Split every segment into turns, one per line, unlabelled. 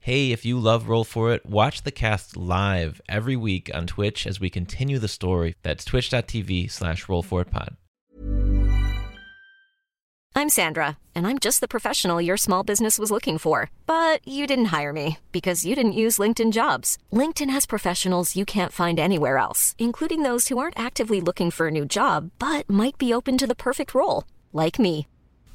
Hey, if you love Roll For It, watch the cast live every week on Twitch as we continue the story. That's twitch.tv slash rollforitpod.
I'm Sandra, and I'm just the professional your small business was looking for. But you didn't hire me because you didn't use LinkedIn jobs. LinkedIn has professionals you can't find anywhere else, including those who aren't actively looking for a new job but might be open to the perfect role, like me.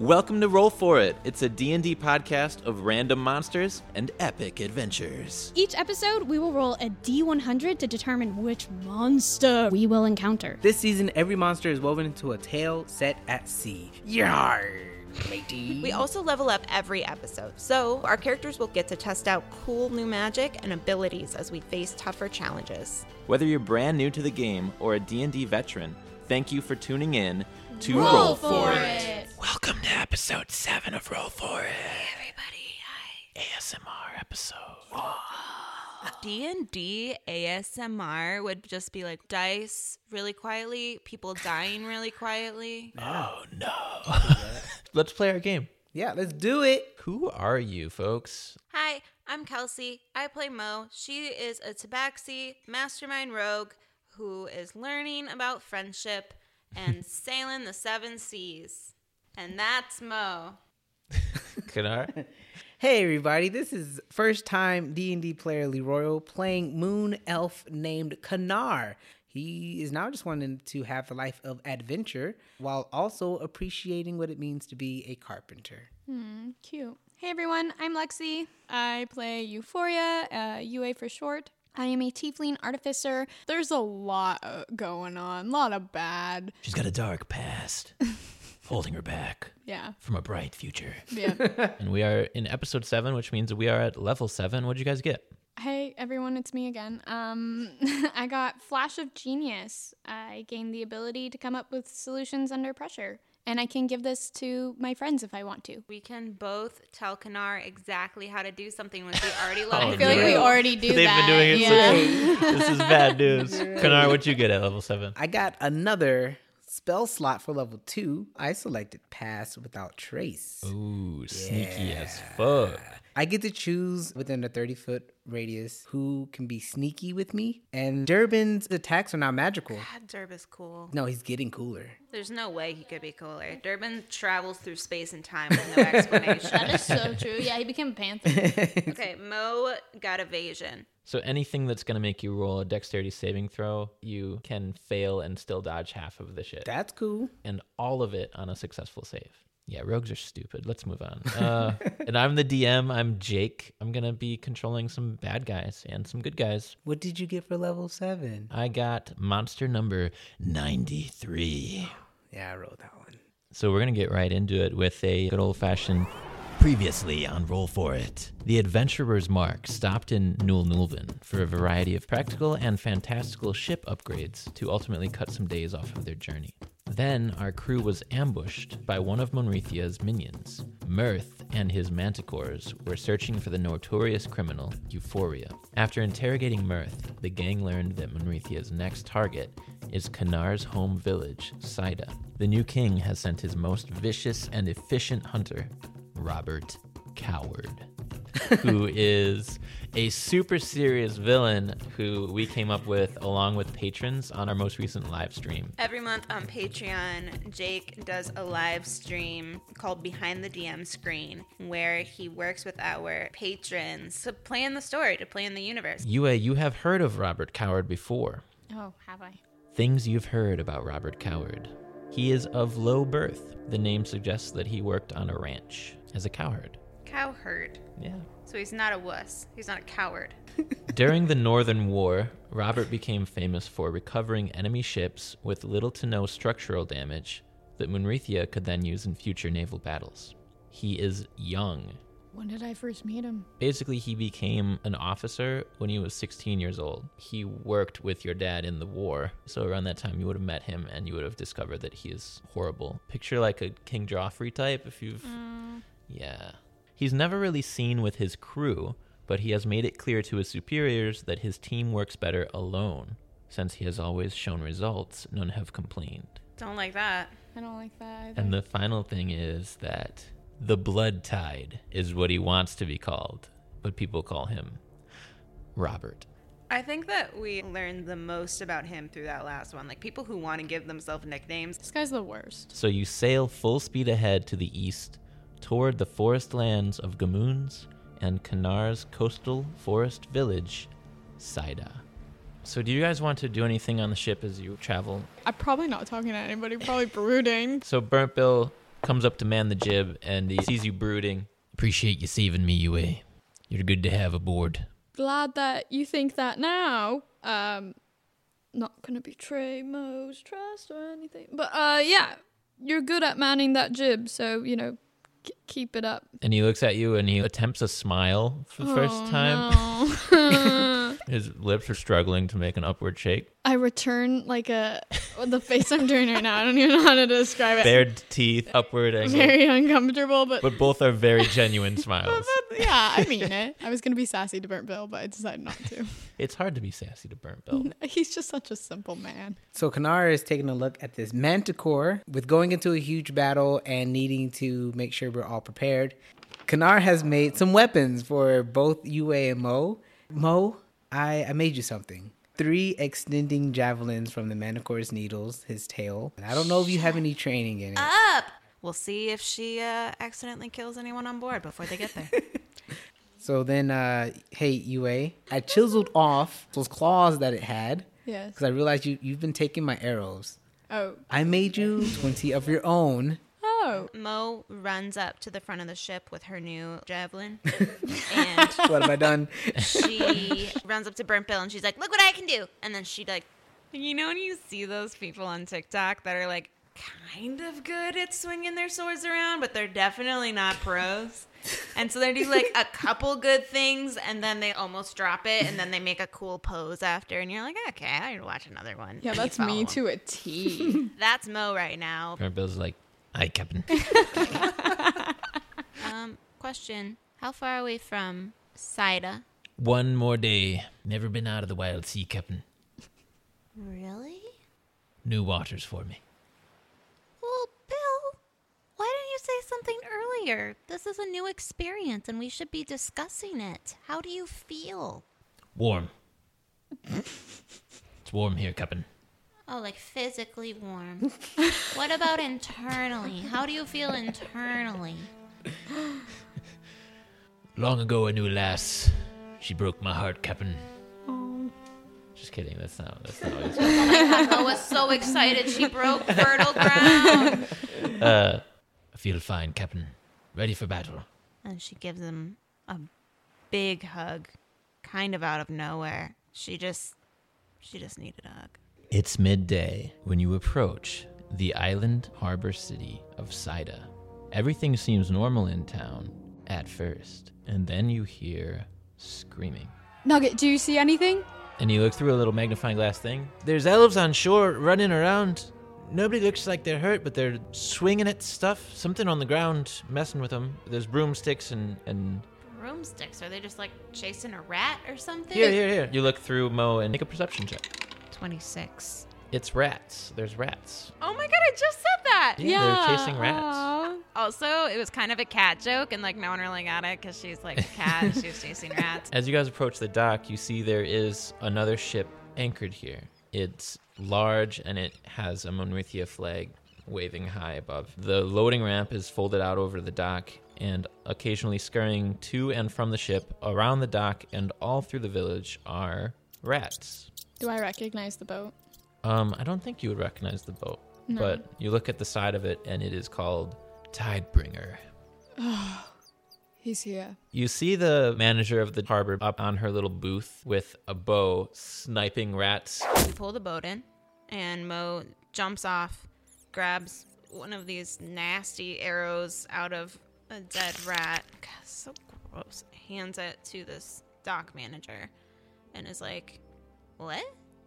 Welcome to Roll For It. It's a D&D podcast of random monsters and epic adventures.
Each episode, we will roll a d100 to determine which monster we will encounter.
This season, every monster is woven into a tale set at sea. Yar, matey.
We also level up every episode, so our characters will get to test out cool new magic and abilities as we face tougher challenges.
Whether you're brand new to the game or a D&D veteran, thank you for tuning in to
Roll For It.
Welcome to episode 7 of Roll For It. everybody. ASMR episode.
D&D ASMR would just be like dice really quietly, people dying really quietly.
Oh no. Let's play our game.
Yeah, let's do it.
Who are you, folks?
Hi, I'm Kelsey. I play Mo. She is a Tabaxi mastermind rogue who is learning about friendship and sailing the seven seas. And that's Mo.
Kanar?
Hey everybody, this is first time D&D player Leroy playing moon elf named Kanar. He is now just wanting to have the life of adventure while also appreciating what it means to be a carpenter.
Cute. Hey everyone, I'm Lexi. I play Euphoria, uh, UA for short. I am a Tiefling artificer. There's a lot uh, going on, a lot of bad.
She's got a dark past, holding her back
Yeah,
from a bright future.
yeah.
And we are in episode 7, which means we are at level 7. What'd you guys get?
hey everyone, it's me again. Um, I got Flash of Genius. I gained the ability to come up with solutions under pressure, and I can give this to my friends if I want to.
We can both tell Kanar exactly how to do something which we already
Oh,
let him
I feel like
do.
we already do
They've
that.
been doing it
yeah.
since. This is bad news. Kanar, what'd you get at level 7?
I got another spell slot for level 2. I selected pass without trace.
Ooh, sneaky as fuck.
I get to choose within a 30 foot radius who can be sneaky with me. And Durbin's attacks are not magical.
God, Derb is cool.
No, he's getting cooler.
There's no way he could be cooler. Durbin travels through space and time with no explanation.
That is so true. Yeah, he became a panther.
okay, Mo got evasion.
So anything that's going to make you roll a dexterity saving throw, you can fail and still dodge half of the shit.
That's cool.
and all of it on a successful save. Yeah, rogues are stupid. Let's move on. Uh, and I'm the DM. I'm Jake. I'm going to be controlling some bad guys and some good guys.
What did you get for level seven?
I got monster number 93.
Yeah, I rolled that one.
So we're going to get right into it with a good old fashioned previously on Roll For It. The adventurer's mark stopped in Nul Nulven for a variety of practical and fantastical ship upgrades to ultimately cut some days off of their journey. Then our crew was ambushed by one of Monrithia's minions. Mirth and his manticores were searching for the notorious criminal, Euphoria. After interrogating Mirth, the gang learned that Monrithia's next target is Kanar's home village, Saida. The new king has sent his most vicious and efficient hunter, Robert Coward, who is a super serious villain who we came up with along with patrons on our most recent live stream.
Every month on Patreon, Jake does a live stream called Behind the DM Screen where he works with our patrons to plan the story, to plan the universe.
Yue, you have heard of Robert Coward before.
oh, have I?
Things you've heard about Robert Coward. He is of low birth. The name suggests that he worked on a ranch as a cowherd.
Cowherd.
Yeah.
So he's not a wuss. He's not a coward.
During the Northern War, Robert became famous for recovering enemy ships with little to no structural damage that Munrethia could then use in future naval battles. He is young.
When did I first meet him?
Basically, he became an officer when he was 16 years old. He worked with your dad in the war, so around that time you would have met him and you would have discovered that he is horrible. Picture like a King Joffrey type if you've Yeah. He's never really seen with his crew, but he has made it clear to his superiors that his team works better alone. Since he has always shown results, none have complained.
Don't like that.
I don't like that either.
And the final thing is that the Blood Tide is what he wants to be called, but people call him Robert.
I think that we learned the most about him through that last one. Like people who want to give themselves nicknames.
this guy's the worst.
So you sail full speed ahead to the east toward the forest lands of Gamoons and Kanar's coastal forest village, Saida. So, do you guys want to do anything on the ship as you travel?
I'm probably not talking to anybody, probably brooding.
So, Burnt Bill comes up to man the jib and he sees you brooding. Appreciate you saving me, UA. You're good to have aboard.
Glad that you think that now. Um not gonna betray Mo's trust or anything. But uh yeah. You're good at manning that jib, so you know, k- keep it up.
And he looks at you and he attempts a smile for the first time. His lips are struggling to make an upward shake.
I return like a the face I'm doing right now. I don't even know how to describe it.
Bared teeth, upward angle.
Very uncomfortable, but,
But both are very genuine smiles.
but yeah, I mean it. I was gonna be sassy to Burnt Bill, but I decided not to.
It's hard to be sassy to Burnt Bill.
He's just such a simple man.
So Kanara is taking a look at this manticore with going into a huge battle and needing to make sure we're all prepared. Kanar has made some weapons for both Yue and Mo. Mo, I, I made you something. Three extending javelins from the manticore's needles, his tail. And I don't know if you have any training in it.
Up. We'll see if she uh, accidentally kills anyone on board before they get there.
So then, uh, hey, UA, I chiseled off those claws that it had
Yes.
because I realized you, you've been taking my arrows.
Oh.
I made you 20 of your own.
Oh.
Mo runs up to the front of the ship with her new javelin, and
What have I done?
she runs up to Burnt Bill and she's like, "Look what I can do!" And then she like, you know when you see those people on TikTok that are like kind of good at swinging their swords around, but they're definitely not pros. And so they do like a couple good things, and then they almost drop it, and then they make a cool pose after, and you're like, okay, I would watch another one.
Yeah,
And you
that's me
follow 'em.
to a T.
That's Mo right now.
Burnt Bill's like, "Hi, Captain."
Um, question: How far away from Saida?
One more day. Never been out of the wild sea, Captain.
Really?
New waters for me.
Well, Bill, why don't you say something earlier? This is a new experience and we should be discussing it. How do you feel?
Warm. it's warm here, Captain.
Oh, like physically warm. what about internally? How do you feel internally?
Long ago, I knew a lass. She broke my heart, Captain. Just kidding. That's not. That's not. What he's saying.
I was so excited she broke fertile ground.
I feel fine, Captain. Ready for battle.
And she gives him a big hug, kind of out of nowhere. She just, she just needed a hug.
It's midday when you approach the island harbor city of Saida. Everything seems normal in town at first, and then you hear screaming.
Nugget, do you see anything?
And you look through a little magnifying glass thing. There's elves on shore running around. Nobody looks like they're hurt, but they're swinging at stuff, something on the ground, messing with them. There's broomsticks and and
Broomsticks? Are they just like chasing a rat or something?
here, here, here. You look through Mo and make a perception check.
26.
It's rats. There's rats.
Oh my god, I just said that.
they're chasing rats.
aw.
Also, it was kind of a cat joke, and like no one really got it because she's like a cat, and she was chasing rats.
As you guys approach the dock, you see there is another ship anchored here. It's large and it has a Monrithia flag waving high above. The loading ramp is folded out over the dock and occasionally scurrying to and from the ship, around the dock, and all through the village are rats.
Do I recognize the boat?
Um, I don't think you would recognize the boat, but you look at the side of it and it is called Tidebringer.
He's here.
You see the manager of the harbor up on her little booth with a bow sniping rats.
We pull the boat in, and Mo jumps off, grabs one of these nasty arrows out of a dead rat. God, so gross. Hands it to this dock manager, and is like, "What?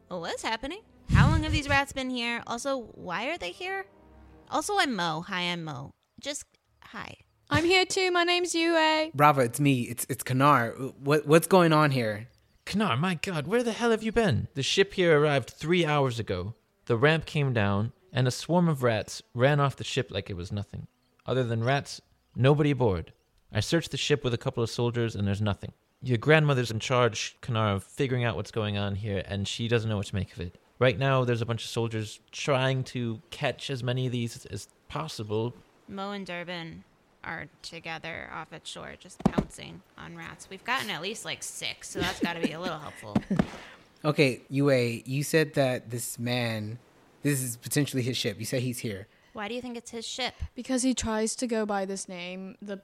What's happening? How long have these rats been here? Also, why are they here? Also, I'm Mo. Hi, I'm Mo. Just hi.
I'm here too. My name's Yue.
Brava, it's me. It's it's Kanar. What what's going on here?
Knar, my god, where the hell have you been? The ship here arrived three hours ago. The ramp came down, and a swarm of rats ran off the ship like it was nothing. Other than rats, nobody aboard. I searched the ship with a couple of soldiers, and there's nothing. Your grandmother's in charge, Kanar, of figuring out what's going on here, and she doesn't know what to make of it. Right now, there's a bunch of soldiers trying to catch as many of these as possible.
Mo and Durbin are together off at shore, just pouncing on rats. We've gotten at least like six, so that's got to be a little helpful.
Okay, Yue, you said that this man, this is potentially his ship. You said he's here.
Why do you think it's his ship?
Because he tries to go by this name, the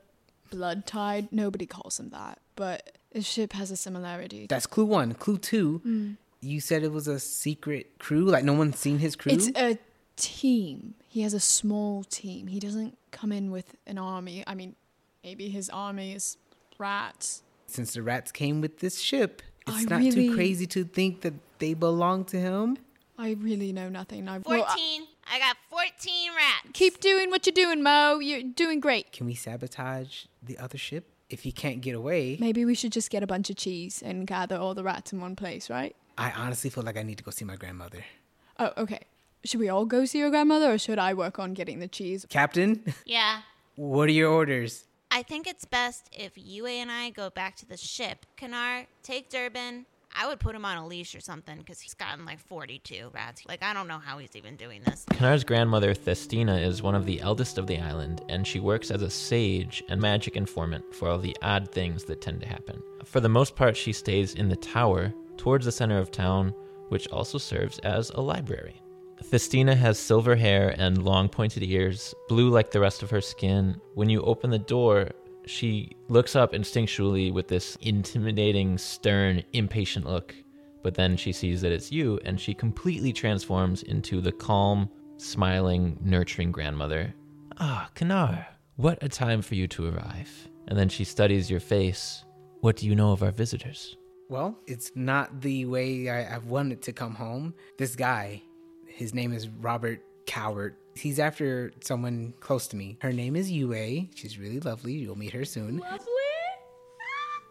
Blood Tide. Nobody calls him that, but the ship has a similarity.
That's clue one. Clue two,
Mm.
you said it was a secret crew. Like no one's seen his crew.
It's a team. He has a small team. He doesn't come in with an army. I mean, maybe his army is rats.
Since the rats came with this ship, it's
I
not too
really-
crazy to think that they belong to him.
I really know nothing. I've well,
14.
I-
I got 14 rats.
keep doing what you're doing, Mo. You're doing great.
Can we sabotage the other ship if he can't get away?
Maybe we should just get a bunch of cheese and gather all the rats in one place, right?
I honestly feel like I need to go see my grandmother.
Oh, okay. Should we all go see your grandmother, or should I work on getting the cheese?
Captain,
Yeah.
what are your orders?
I think it's best if Yue and I go back to the ship. Kanar, take Durbin. I would put him on a leash or something because he's gotten like 42 rats. Like, I don't know how he's even doing this.
Kanar's grandmother, Thestina, is one of the eldest of the island, and she works as a sage and magic informant for all the odd things that tend to happen. For the most part, she stays in the tower towards the center of town, which also serves as a library. Thestina has silver hair and long pointed ears, blue like the rest of her skin. When you open the door, she looks up instinctually with this intimidating, stern, impatient look but then she sees that it's you, and she completely transforms into the calm, smiling, nurturing grandmother. Ah, Kanar, what a time for you to arrive. And then she studies your face. What do you know of our visitors?
Well, it's not the way I, I wanted to come home. This guy, his name is Robert Coward. He's after someone close to me. Her name is Yue. She's really lovely. You'll meet her soon. Lovely?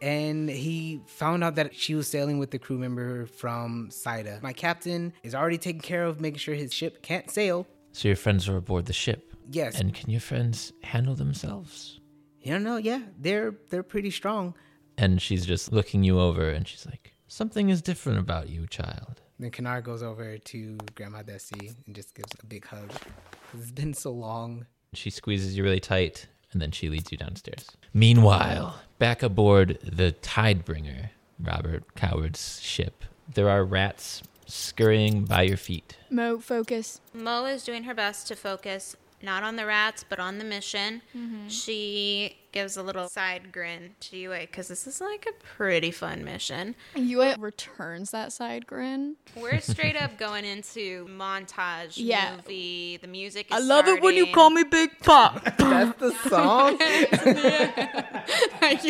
And he found out that she was sailing with the crew member from Saida. My captain is already taking care of making sure his ship can't sail.
So your friends are aboard the ship.
Yes.
And can your friends handle themselves?
you know, yeah, they're they're pretty strong.
And she's just looking you over, and she's like, Something is different about you, child.
Then Kanar goes over to Grandma Desi and just gives a big hug. 'Cause It's been so long.
She squeezes you really tight, and then she leads you downstairs. Meanwhile, back aboard the Tidebringer, Robert Coward's ship, there are rats scurrying by your feet.
Mo, focus.
Mo is doing her best to focus not on the rats, but on the mission.
Mm-hmm.
She gives a little side grin to Yue because this is like a pretty fun mission.
Yue returns that side grin.
We're straight up going into montage
Yeah.
movie. The music is
I love it when you
starting.
call me Big Pop.
That's the song.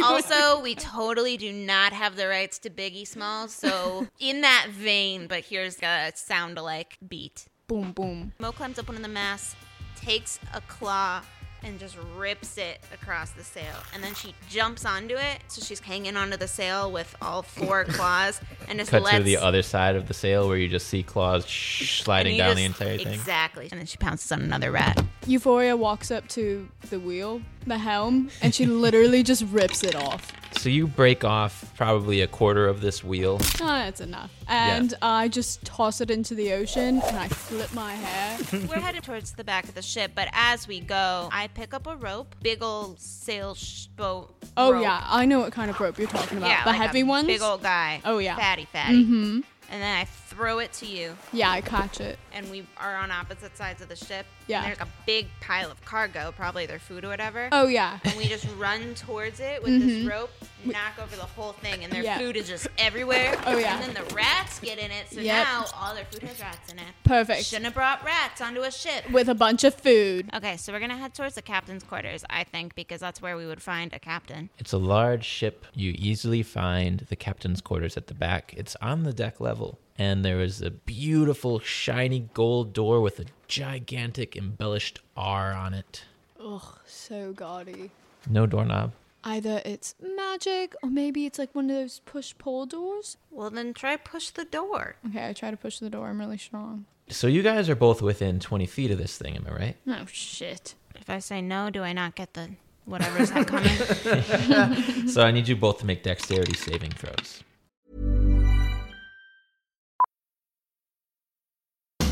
Also, we totally do not have the rights to Biggie Smalls, so in that vein, but here's a sound alike beat.
boom, boom.
Mo climbs up one of the masts, takes a claw, and just rips it across the sail. And then she jumps onto it, so she's hanging onto the sail with all four claws, and just
Cut
lets
to the other side of the sail where you just see claws sh- sliding
and you
down the
just-
entire thing.
Exactly. And then she pounces on another rat.
Euphoria walks up to the wheel, the helm, and she literally just rips it off.
So you break off probably a quarter of this wheel.
Oh, that's enough. And I just toss it into the ocean and I flip my hair.
We're headed towards the back of the ship, but as we go, I pick up a rope, big old sail sh- boat.
Oh,
rope.
yeah, I know what kind of rope you're talking about. the
like a
heavy ones?
Big old guy.
Oh, yeah.
Fatty, fatty. Mm-hmm. And then I throw it to you,
Yeah, I catch it.
and we are on opposite sides of the ship.
Yeah.
And there's a big pile of cargo, probably their food or whatever.
Oh, yeah.
And we just run towards it with this rope, knock over the whole thing, and their
Yeah.
food is just everywhere.
Oh, yeah.
And then the rats get in it, so
Yep.
now all their food has rats in it.
Perfect.
Shouldn't have brought rats onto a ship.
With a bunch of food.
Okay, so we're gonna head towards the captain's quarters, I think, because that's where we would find a captain.
It's a large ship. You easily find the captain's quarters at the back. It's on the deck level. And there is a beautiful, shiny gold door with a gigantic embellished R on it.
So gaudy.
No doorknob.
Either it's magic or maybe it's like one of those push pull doors.
Well, then try push the door.
Okay, I try to push the door. I'm really strong.
So you guys are both within 20 feet of this thing, am I right?
Oh, shit.
If I say no, do I not get the whatever's that coming?
so I need you both to make dexterity saving throws.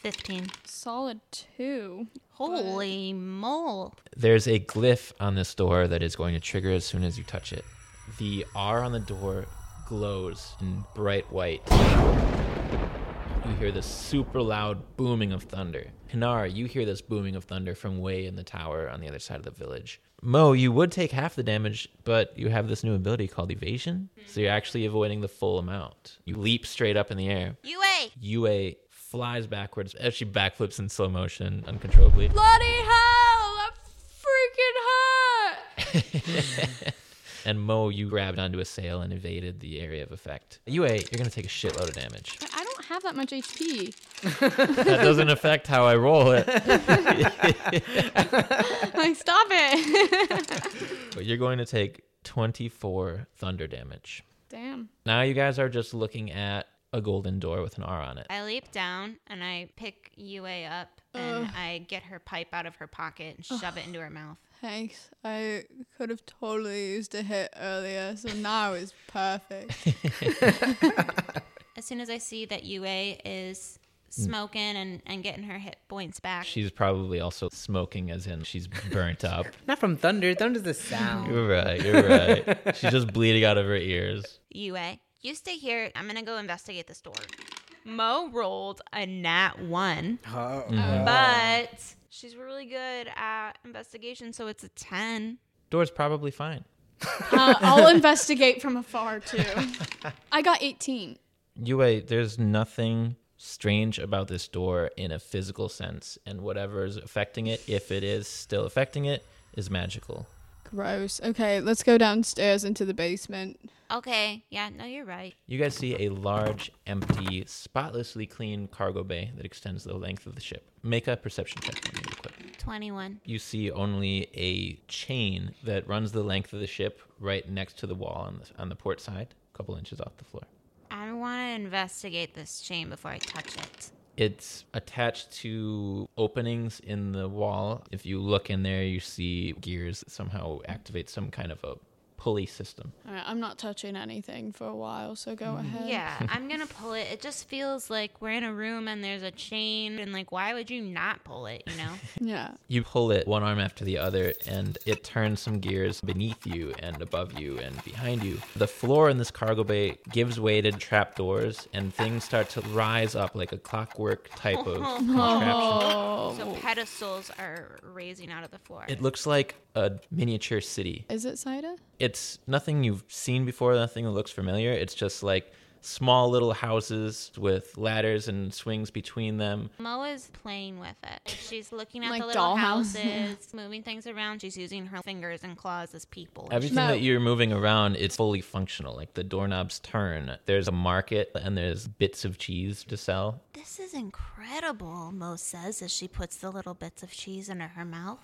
15.
Solid two.
Holy mole.
There's a glyph on this door that is going to trigger as soon as you touch it. The R on the door glows in bright white. You hear this super loud booming of thunder. Hinar, you hear this booming of thunder from way in the tower on the other side of the village. Mo, you would take half the damage, but you have this new ability called evasion, so you're actually avoiding the full amount. You leap straight up in the air.
UA.
Yue flies backwards as she backflips in slow motion uncontrollably.
Bloody hell! That freaking hurt!
and Mo, you grabbed onto a sail and evaded the area of effect. Yue, you're gonna take a shitload of damage.
But I don't have that much HP.
That doesn't affect how I roll it.
like, stop it.
But you're going to take 24 thunder damage.
Damn.
Now you guys are just looking at a golden door with an R on it.
I leap down and I pick UA up and I get her pipe out of her pocket and shove it into her mouth.
Thanks. I could have totally used a hit earlier, so now it's perfect.
As soon as I see that UA is smoking and, and getting her hit points back,
She's probably also smoking, as in she's burnt up.
Not from thunder. Thunder's the sound.
you're right, you're right. She's just bleeding out of her ears.
UA, you stay here. I'm going to go investigate this door. Mo rolled a nat one, but she's really good at investigation, so it's a 10.
Door's probably fine.
Uh, I'll investigate from afar too. I got 18.
Yue, there's nothing strange about this door in a physical sense, and whatever is affecting it, if it is still affecting it, is magical.
Gross. Okay, let's go downstairs into the basement.
Okay, yeah, no, you're right.
You guys see a large, empty, spotlessly clean cargo bay that extends the length of the ship. Make a perception check for me real quick.
21.
You see only a chain that runs the length of the ship right next to the wall on the, on the port side, a couple inches off the floor.
I want to investigate this chain before I touch it.
It's attached to openings in the wall. If you look in there, you see gears that somehow activate some kind of a pulley system.
All right, I'm not touching anything for a while, so go ahead.
Yeah, I'm gonna pull it. It just feels like we're in a room and there's a chain, and like, why would you not pull it? You know,
Yeah.
You pull it one arm after the other, and it turns some gears beneath you and above you and behind you. The floor in this cargo bay gives way to trapdoors, and things start to rise up like a clockwork type of contraption.
Oh.
so pedestals are raising out of the floor.
It looks like a miniature city.
Is it cider?
it's nothing you've seen before, nothing that looks familiar. It's just like small little houses with ladders and swings between them.
Mo is playing with it. Like, she's looking at
Like
the little
dollhouse.
houses, moving things around. She's using her fingers and claws as people.
Everything
No.
that you're moving around, it's fully functional. Like the doorknobs turn. There's a market and there's bits of cheese to sell.
This is incredible, Mo says as she puts the little bits of cheese into her mouth.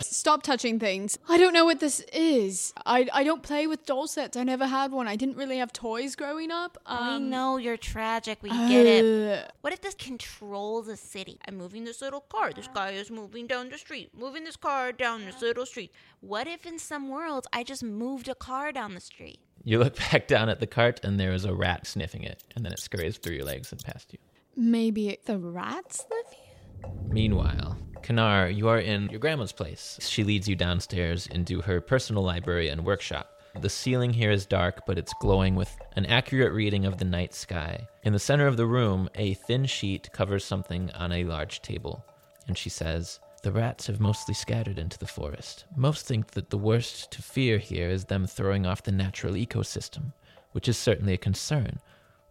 Stop touching things. I don't know what this is. I, I don't play with doll sets. I never had one. I didn't really have toys growing up.
Uh,
we
Um,
know you're tragic. We get it.
ugh.
What if this controls a city? I'm moving this little car. This guy is moving down the street. Moving this car down this little street. What if in some worlds I just moved a car down the street?
You look back down at the cart, and there is a rat sniffing it, and then it scurries through your legs and past you.
Maybe it- the rats live here?
Meanwhile, Kanar, you are in your grandma's place. She leads you downstairs into her personal library and workshop. The ceiling here is dark, but it's glowing with an accurate reading of the night sky. In the center of the room, a thin sheet covers something on a large table. And she says, The rats have mostly scattered into the forest. Most think that the worst to fear here is them throwing off the natural ecosystem, which is certainly a concern.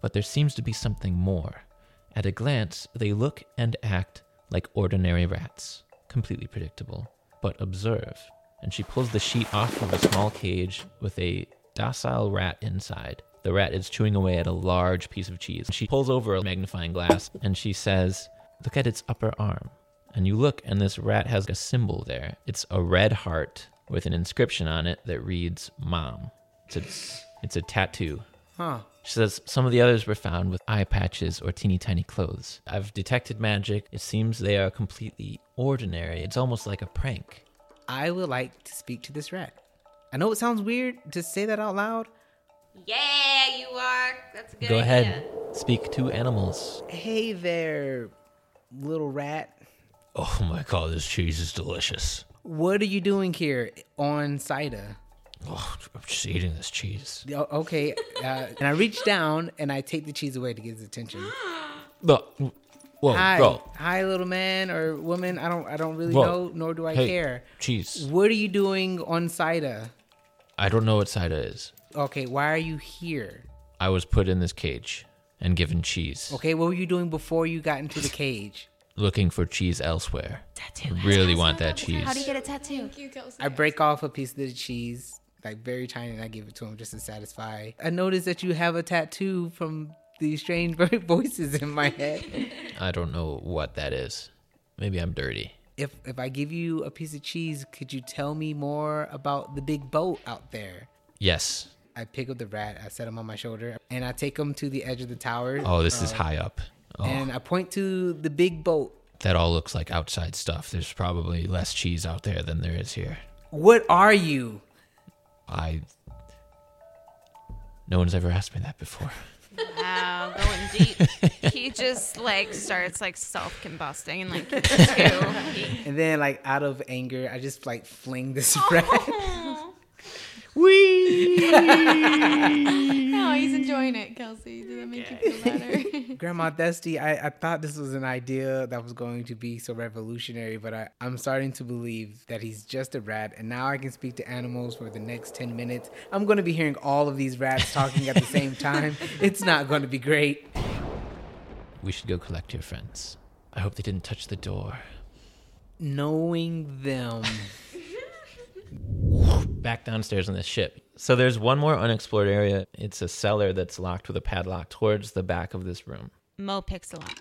But there seems to be something more. At a glance, they look and act like ordinary rats, completely predictable. But observe. And she pulls the sheet off of a small cage with a docile rat inside. The rat is chewing away at a large piece of cheese. She pulls over a magnifying glass and she says, Look at its upper arm. And you look, and this rat has a symbol there. It's a red heart with an inscription on it that reads, Mom. It's a, it's a tattoo.
Huh.
She says some of the others were found with eye patches or teeny tiny clothes. I've detected magic. It seems they are completely ordinary. It's almost like a prank.
I would like to speak to this rat. I know it sounds weird to say that out loud.
Yeah, you are. That's a good
Go
idea.
ahead, speak to animals.
Hey there, little rat.
Oh my god, this cheese is delicious.
What are you doing here on Saida?
Oh, I'm just eating this cheese.
O- Okay. Uh, and I reach down and I take the cheese away to get his attention.
Look, whoa,
Hi, hi, little man or woman. I don't. I don't really
Whoa.
know, nor do I
Hey,
care.
cheese.
What are you doing on Saida?
I don't know what side it is.
Okay. Why are you here?
I was put in this cage and given cheese.
Okay. What were you doing before you got into the cage?
Looking for cheese elsewhere.
Tattoo.
Really want that
How do you
cheese.
get a tattoo?
You girls.
I break off a piece of the cheese, like very tiny, and I give it to him just to satisfy. I notice that you have a tattoo from these strange voices in my head.
I don't know what that is. Maybe I'm dirty.
If if I give you a piece of cheese, could you tell me more about the big boat out there?
Yes.
I pick up the rat, I set him on my shoulder, and I take him to the edge of the tower.
Oh, this is high up. Oh,
And I point to the big boat.
that all looks like outside stuff. There's probably less cheese out there than there is here.
What are you?
I. No one's ever asked me that before.
Wow, going deep. he just like starts like self combusting and like two.
And then, like out of anger, I just like fling this rat. Wee!
No, Oh, he's enjoying it, Kelsey. Did that make you feel better?
Grandma Dusty, I, I thought this was an idea that was going to be so revolutionary, but I, I'm starting to believe that he's just a rat, and now I can speak to animals for the next 10 minutes. I'm going to be hearing all of these rats talking at the same time. It's not going to be great.
We should go collect your friends. I hope they didn't touch the door.
Knowing them.
Back downstairs on the ship. So there's one more unexplored area. It's a cellar that's locked with a padlock towards the back of this room.
Mo picks a lot.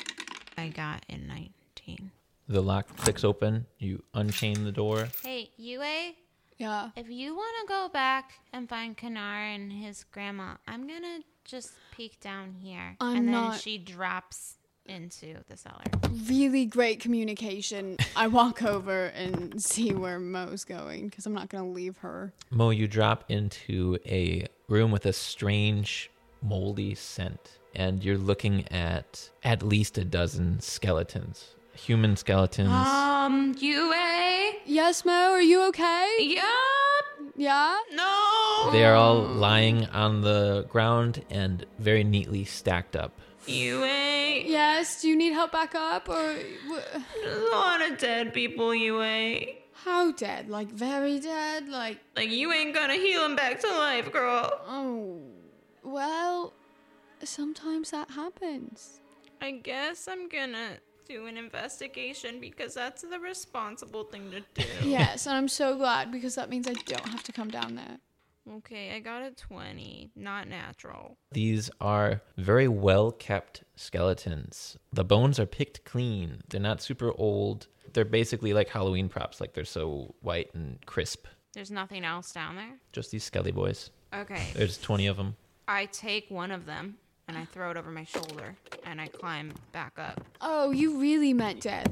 I got in 19.
The lock clicks open. You unchain the door.
Hey, UA,
yeah.
if you want to go back and find Kanar and his grandma, I'm going to just peek down here.
I'm
and then
not-
she drops into the cellar.
Really great communication. I walk over and see where Mo's going because I'm not going to leave her.
Mo, you drop into a room with a strange, moldy scent, and you're looking at at least a dozen skeletons. Human skeletons.
Um, UA?
Yes, Mo, are you okay?
Yup.
Yeah?
No.
They are all lying on the ground and very neatly stacked up.
UA.
Yes, do you need help back up or wh-
There's a lot of dead people, UA.
how dead? Like very dead? Like
Like, you ain't gonna heal him back to life, girl.
oh, well, sometimes that happens.
I guess I'm gonna do an investigation because that's the responsible thing to do.
Yes, and I'm so glad because that means I don't have to come down there.
okay, I got a 20. Not natural.
These are very well kept skeletons. The bones are picked clean, they're not super old. They're basically like Halloween props. Like they're so white and crisp.
There's nothing else down there.
Just these Skelly boys.
Okay.
There's 20 of them.
I take one of them and I throw it over my shoulder and I climb back up.
Oh, you really meant death.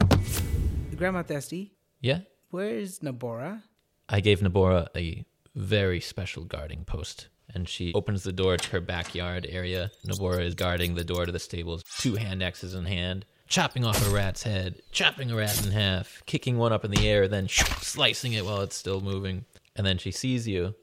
Grandma Testy,
Yeah.
where's Nabora?
I gave Nabora a very special guarding post, and she opens the door to her backyard area. Nabora is guarding the door to the stables, two hand axes in hand, chopping off a rat's head, chopping a rat in half, kicking one up in the air, then slicing it while it's still moving. And then she sees you.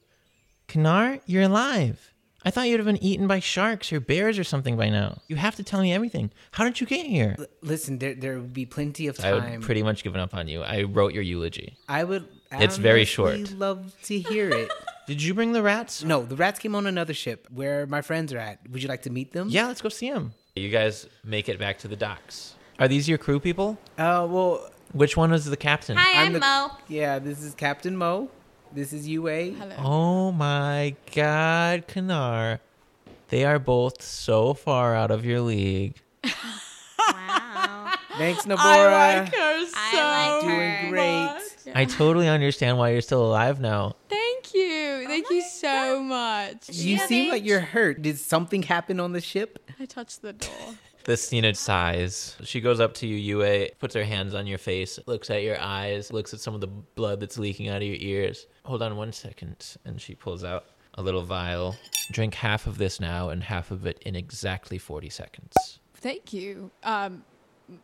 Knar, you're alive. I thought you'd have been eaten by sharks or bears or something by now. You have to tell me everything. How did you get here?
L- listen, there there would be plenty of
I
time.
would pretty much given up on you. I wrote your eulogy.
I would
It's very
honestly
short.
Love to hear it.
Did you bring the rats?
no, the rats came on another ship where my friends are at. Would you like to meet them?
Yeah, let's go see him. You guys make it back to the docks. Are these your crew people?
Uh, well,
Which one was the captain?
Hi, I'm,
the-
Mo.
yeah. This is Captain Mo. This is UA.
Oh my god, Kanar. They are both so far out of your league.
Wow.
Thanks, Nabora.
I like her so
I like
Doing
her.
great.
I totally understand why you're still alive now.
Thank
Oh
you. Thank you so much.
You seem like you're hurt. Did something happen on the ship?
I touched the door.
This Cena sighs. She goes up to you, Yue, puts her hands on your face, looks at your eyes, looks at some of the blood that's leaking out of your ears. Hold on one second. And she pulls out a little vial. Drink half of this now and half of it in exactly 40 seconds.
Thank you, um, m-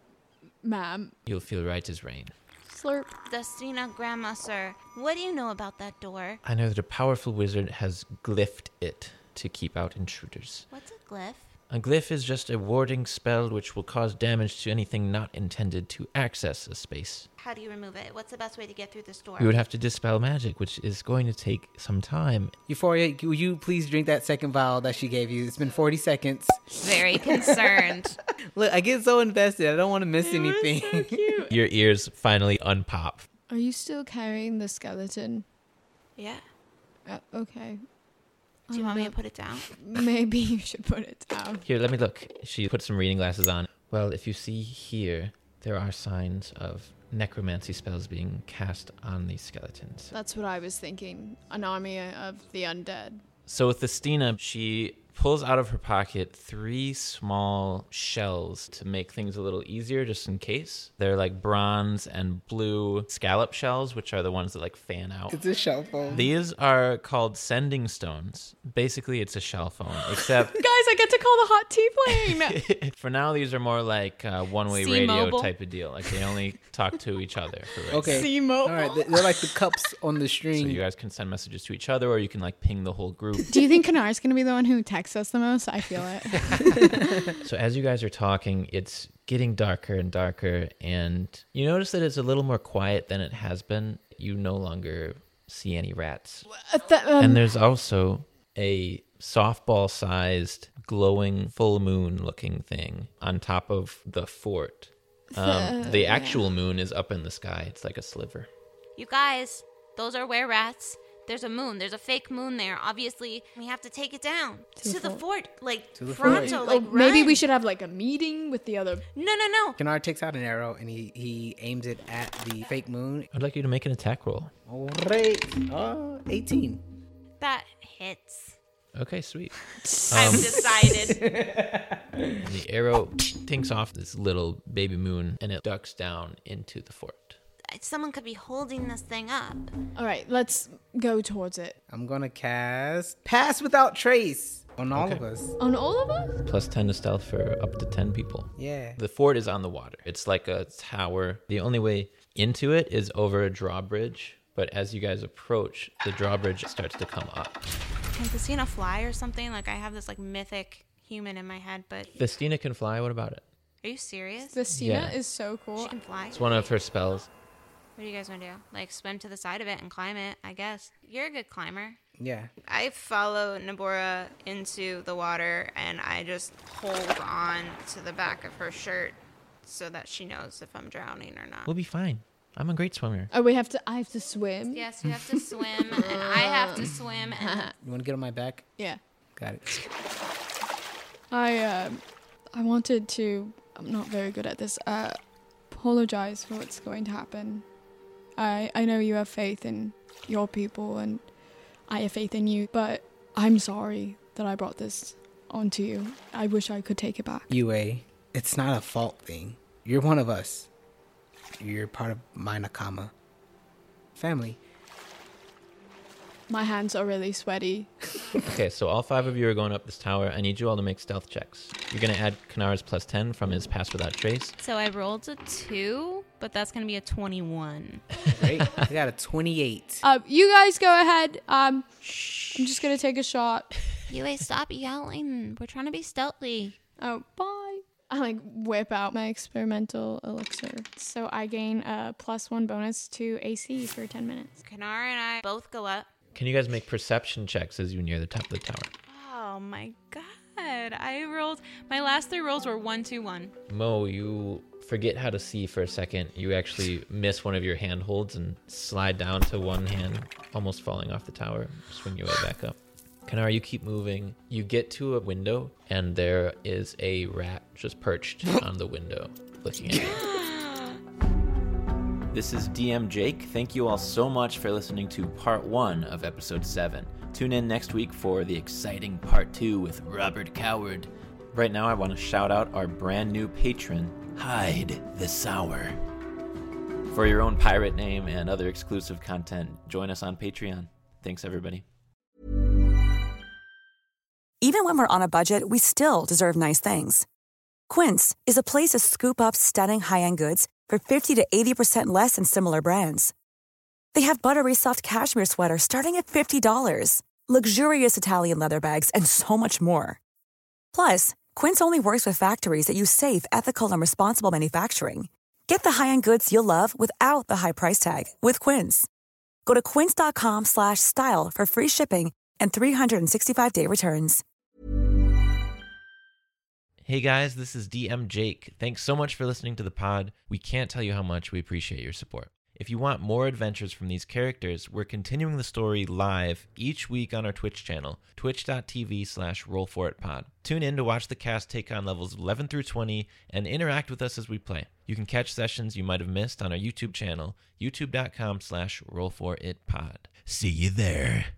ma'am.
You'll feel right as rain.
Slurp.
Destina Grandma, sir. What do you know about that door?
I know that a powerful wizard has glyphed it to keep out intruders.
What's a glyph?
A glyph is just a warding spell which will cause damage to anything not intended to access a space.
How do you remove it? What's the best way to get through this door?
We would have to dispel magic, which is going to take some time.
Euphoria, will you please drink that second vial that she gave you? It's been 40 seconds.
Very concerned.
Look, I get so invested. I don't want to miss anything.
Your ears finally unpop.
Are you still carrying the skeleton?
yeah.
Uh, okay.
Do you want me to put it down?
Maybe you should put it down.
Here, let me look. She puts some reading glasses on. Well, if you see here, there are signs of necromancy spells being cast on these skeletons.
That's what I was thinking. An army of the undead.
So with Thestina, she pulls out of her pocket three small shells to make things a little easier just in case. They're like bronze and blue scallop shells, which are the ones that like fan out.
It's a shell phone.
These are called sending stones. Basically, it's a shell phone, except
Guys, I get to call the hot tea plane.
for now these are more like uh, one-way radio
C-Mobile.
type of deal. Like they only talk to each other. For right
Okay.
C-Mobile.
All right. they- They're like the cups on the
now. So
string.
you guys can send messages to each other, or you can like ping the whole group.
Do you think Kanar's gonna be the one who texts us the most? I feel it.
So as you guys are talking, it's getting darker and darker, and you notice that it's a little more quiet than it has been. You no longer see any rats,
Uh, th- um,
and there's also a softball-sized, glowing, full moon-looking thing on top of the fort. Um, the actual moon is up in the sky. It's like a sliver.
You guys, those are were rats. There's a moon. There's a fake moon there. Obviously, we have to take it down to, the fort, like pronto, like
oh, maybe we
run.
should have like a meeting with the other.
No, no, no.
Kanar takes out an arrow and he, he aims it at the fake moon.
I'd like you to make an attack roll.
All right. Uh, 18.
That hits.
Okay, sweet.
I've decided.
The arrow tinks off this little baby moon, and it ducks down into the fort.
Someone could be holding this thing up.
All right, let's go towards it.
I'm going to cast Pass Without Trace on all of us.
On all of us?
plus 10 to stealth for up to 10 people.
Yeah.
The fort is on the water. It's like a tower. The only way into it is over a drawbridge. But as you guys approach, the drawbridge starts to come up.
Can Christina fly or something? Like I have this like mythic human in my head, but
Festina can fly. What about it?
are you serious?
The Cena
Yeah.
is so cool.
She can fly.
It's one of her spells.
What do you guys want to do? Like swim to the side of it and climb it, I guess. You're a good climber.
Yeah.
I follow Nabora into the water and I just hold on to the back of her shirt so that she knows if I'm drowning or not.
We'll be fine. I'm a great swimmer.
Oh, we have to. I have to swim.
Yes, you have to swim and I have to swim and
You want to get on my back?
Yeah.
Got it.
I um, I wanted to. I'm not very good at this. Uh, apologize for what's going to happen. I I know you have faith in your people and I have faith in you, but I'm sorry that I brought this onto you. I wish I could take it back.
UA, it's not a fault thing. You're one of us. You're part of my Nakama family.
My hands are really sweaty.
Okay, so all five of you are going up this tower. I need you all to make stealth checks. You're going to add Kanara's plus 10 from his pass without trace.
So I rolled a two, but that's going to be a 21.
Great. I got a 28.
Uh, you guys go ahead. Um, I'm just gonna take a shot.
UA, stop yelling. We're trying to be stealthy.
Oh, bye. I like whip out my experimental elixir, so I gain a plus one bonus to AC for ten minutes.
Kanara and I both go up.
Can you guys make perception checks as you near the top of the tower?
Oh my god. I rolled. My last three rolls were one, two, one.
Mo, you forget how to see for a second. You actually miss one of your handholds and slide down to one hand, almost falling off the tower. Swing your way back up. Kanara, you keep moving. You get to a window, and there is a rat just perched on the window looking at you. This is DM Jake. Thank you all so much for listening to part one of episode seven. Tune in next week for the exciting part two with Robert Coward. Right now, I want to shout out our brand new patron, Hide the Sour. For your own pirate name and other exclusive content, join us on Patreon. Thanks, everybody.
Even when we're on a budget, we still deserve nice things. Quince is a place to scoop up stunning high end goods for 50 to 80% less than similar brands. They have buttery soft cashmere sweaters starting at $50, luxurious Italian leather bags, and so much more. Plus, Quince only works with factories that use safe, ethical, and responsible manufacturing. Get the high-end goods you'll love without the high price tag with Quince. Go to quince.com/style slash style for free shipping and 365-day returns.
Hey guys, this is DM Jake. Thanks so much for listening to the pod. We can't tell you how much we appreciate your support. If you want more adventures from these characters, we're continuing the story live each week on our Twitch channel, twitch.tv slash rollforitpod. Tune in to watch the cast take on levels 11 through 20 and interact with us as we play. You can catch sessions you might have missed on our YouTube channel, youtube.com slash rollforitpod. See you there.